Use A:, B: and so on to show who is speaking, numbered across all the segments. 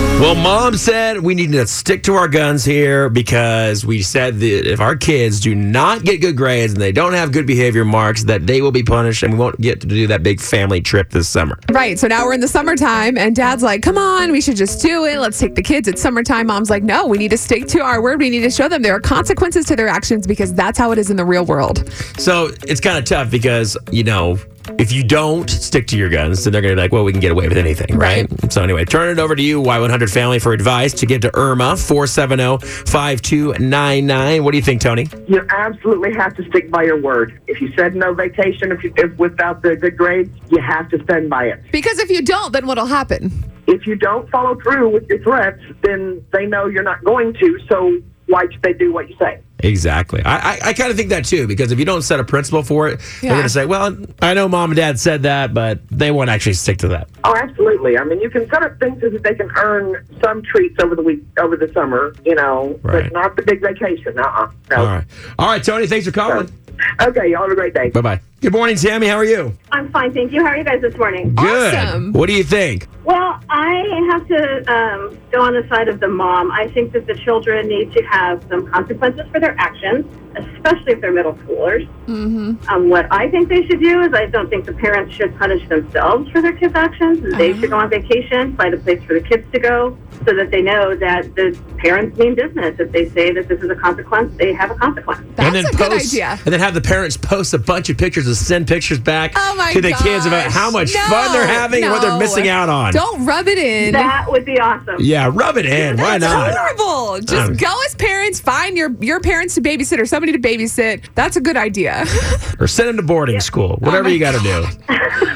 A: Well, mom said we need to stick to our guns here because we said that if our kids do not get good grades and they don't have good behavior marks, that they will be punished and we won't get to do that big family trip this summer.
B: Right. So now we're in the summertime, and dad's like, come on, we should just do it. Let's take the kids. It's summertime. Mom's like, no, we need to stick to our word. We need to show them there are consequences to their actions because that's how it is in the real world.
A: So it's kind of tough because, you know, if you don't stick to your guns, then they're going to be like, well, we can get away with anything, right? So, anyway, turn it over to you, Y100 Family, for advice to get to Irma, 470 5299. What do you think, Tony?
C: You absolutely have to stick by your word. If you said no vacation, if, you, if without the good grades, you have to stand by it.
B: Because if you don't, then what'll happen?
C: If you don't follow through with your threats, then they know you're not going to. So why should they do what you say?
A: Exactly. I, I, I kind of think that too, because if you don't set a principle for it,
B: Yeah.
A: they're going to say, well, I know mom and dad said that, but they won't actually stick to that.
C: Oh, absolutely. I mean, you can set up things so that they can earn some treats over the week, over the summer, you know,
A: Right.
C: but not the big vacation. Uh-uh.
B: Oh.
C: No.
A: All right. All right, Tony, thanks for calling.
C: Okay, y'all have a great day.
A: Bye bye. Good morning, Tammy. How are you?
D: I'm fine, thank you. How are you guys this morning?
A: Good.
B: Awesome.
A: What do you think?
D: Well, I have to um, go on the side of the mom. I think that the children need to have some consequences for their actions, especially if they're middle schoolers. Mm-hmm. Um, what I think they should do is I don't think the parents should punish themselves for their kids' actions. They should go on vacation, find a place for the kids to go, so that they know that the parents mean business. If they say that this is a consequence, they have a consequence.
B: That's a good
A: post,
B: idea.
A: And then have the parents post a bunch of pictures and send pictures back
B: Oh my
A: to the kids about
B: gosh.
A: how much
B: No,
A: fun they're having and what
B: no.
A: they're missing out on.
B: Don't rub it in.
D: That would be awesome.
A: Yeah, rub it in. Why
B: That's
A: not?
B: horrible. Just
A: Um,
B: go as parents, find your, your parents to babysit or somebody to babysit. That's a good idea.
A: Or send them to boarding school. Whatever
B: Oh my
A: you got to do.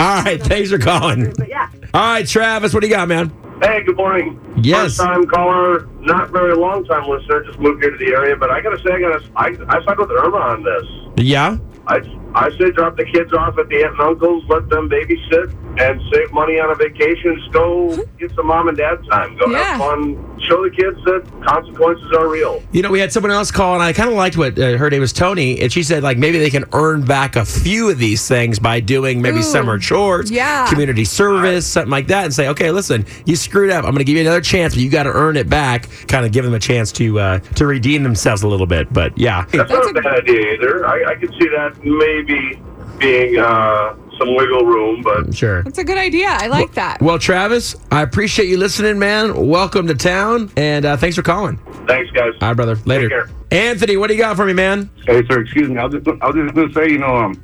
A: All right, thanks for calling.
D: But yeah.
A: All right, Travis, what do you got, man?
E: Hey, good morning.
A: Yes.
E: First time caller, not very long time listener. Just moved here to the area, but I gotta say, I gotta, I, I side with Irma on this.
A: Yeah.
E: I, I say drop the kids off at the aunt and uncle's, let them babysit, and save money on a vacation. Just go get some mom and dad time. Go
B: Yeah.
E: have fun. Show the kids that consequences are real.
A: You know, we had someone else call, and I kind of liked what uh, her name was Tony, and she said like maybe they can earn back a few of these things by doing maybe
B: Ooh,
A: summer chores,
B: yeah.
A: community service, something like that, and say, okay, listen, you screwed up. I'm going to give you another chance, but you got to earn it back. Kind of give them a chance to uh, to redeem themselves a little bit. But yeah,
E: That's,
B: That's
E: not
B: a-
E: a bad idea either. I, I could see that maybe being uh, some wiggle room, but
A: sure.
B: That's a good idea. I like that.
A: Well, Travis, I appreciate you listening, man. Welcome to town, and uh, thanks for calling.
E: thanks, guys.
A: All right, brother. Later.
E: care.
A: Anthony, what do you got for me, man?
F: Hey, sir, excuse me. I was just, I was just going to say, you know, um,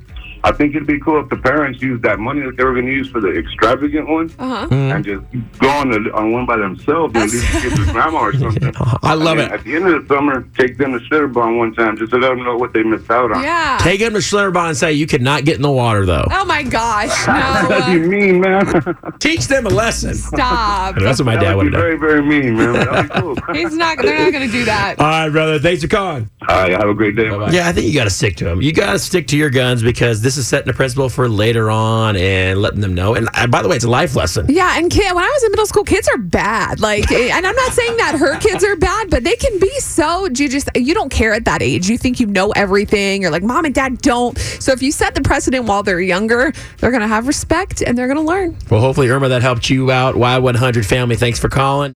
F: I think it'd be cool if the parents used that money that they were going to use for the extravagant one
B: Uh-huh.
A: Mm-hmm.
F: and just go on, the, on one by themselves and at least give to grandma or something.
A: I Uh-huh. love
F: And
A: it.
F: At the end of the summer, take them to Cinnabon one time just to let them know what they missed out on.
B: Yeah.
A: Take him to Schlitterbahn and say you could not get in the water though.
B: Oh my gosh.
F: That'd be
B: No. uh,
F: mean, man.
A: Teach them a lesson.
B: Stop.
A: That's what my dad
F: that would
A: would
F: be
A: have done.
F: very, very mean, man. That'd be cool. All
B: He's not they're not gonna do that.
A: All right, brother. Thanks for calling.
F: right, have a great day.
A: Yeah, I think you got to stick to them. You got to stick to your guns because this is setting a principle for later on and letting them know. And uh, by the way, it's a life lesson.
B: Yeah, and kid, when I was in middle school, kids are bad. Like, eh, and I'm not saying that her kids are bad, but they can be so. You just you don't care at that age. You think you know everything. You're like, mom and dad don't. So if you set the precedent while they're younger, they're gonna have respect and they're gonna learn.
A: Well, hopefully, Irma, that helped you out. Y100 family, thanks for calling.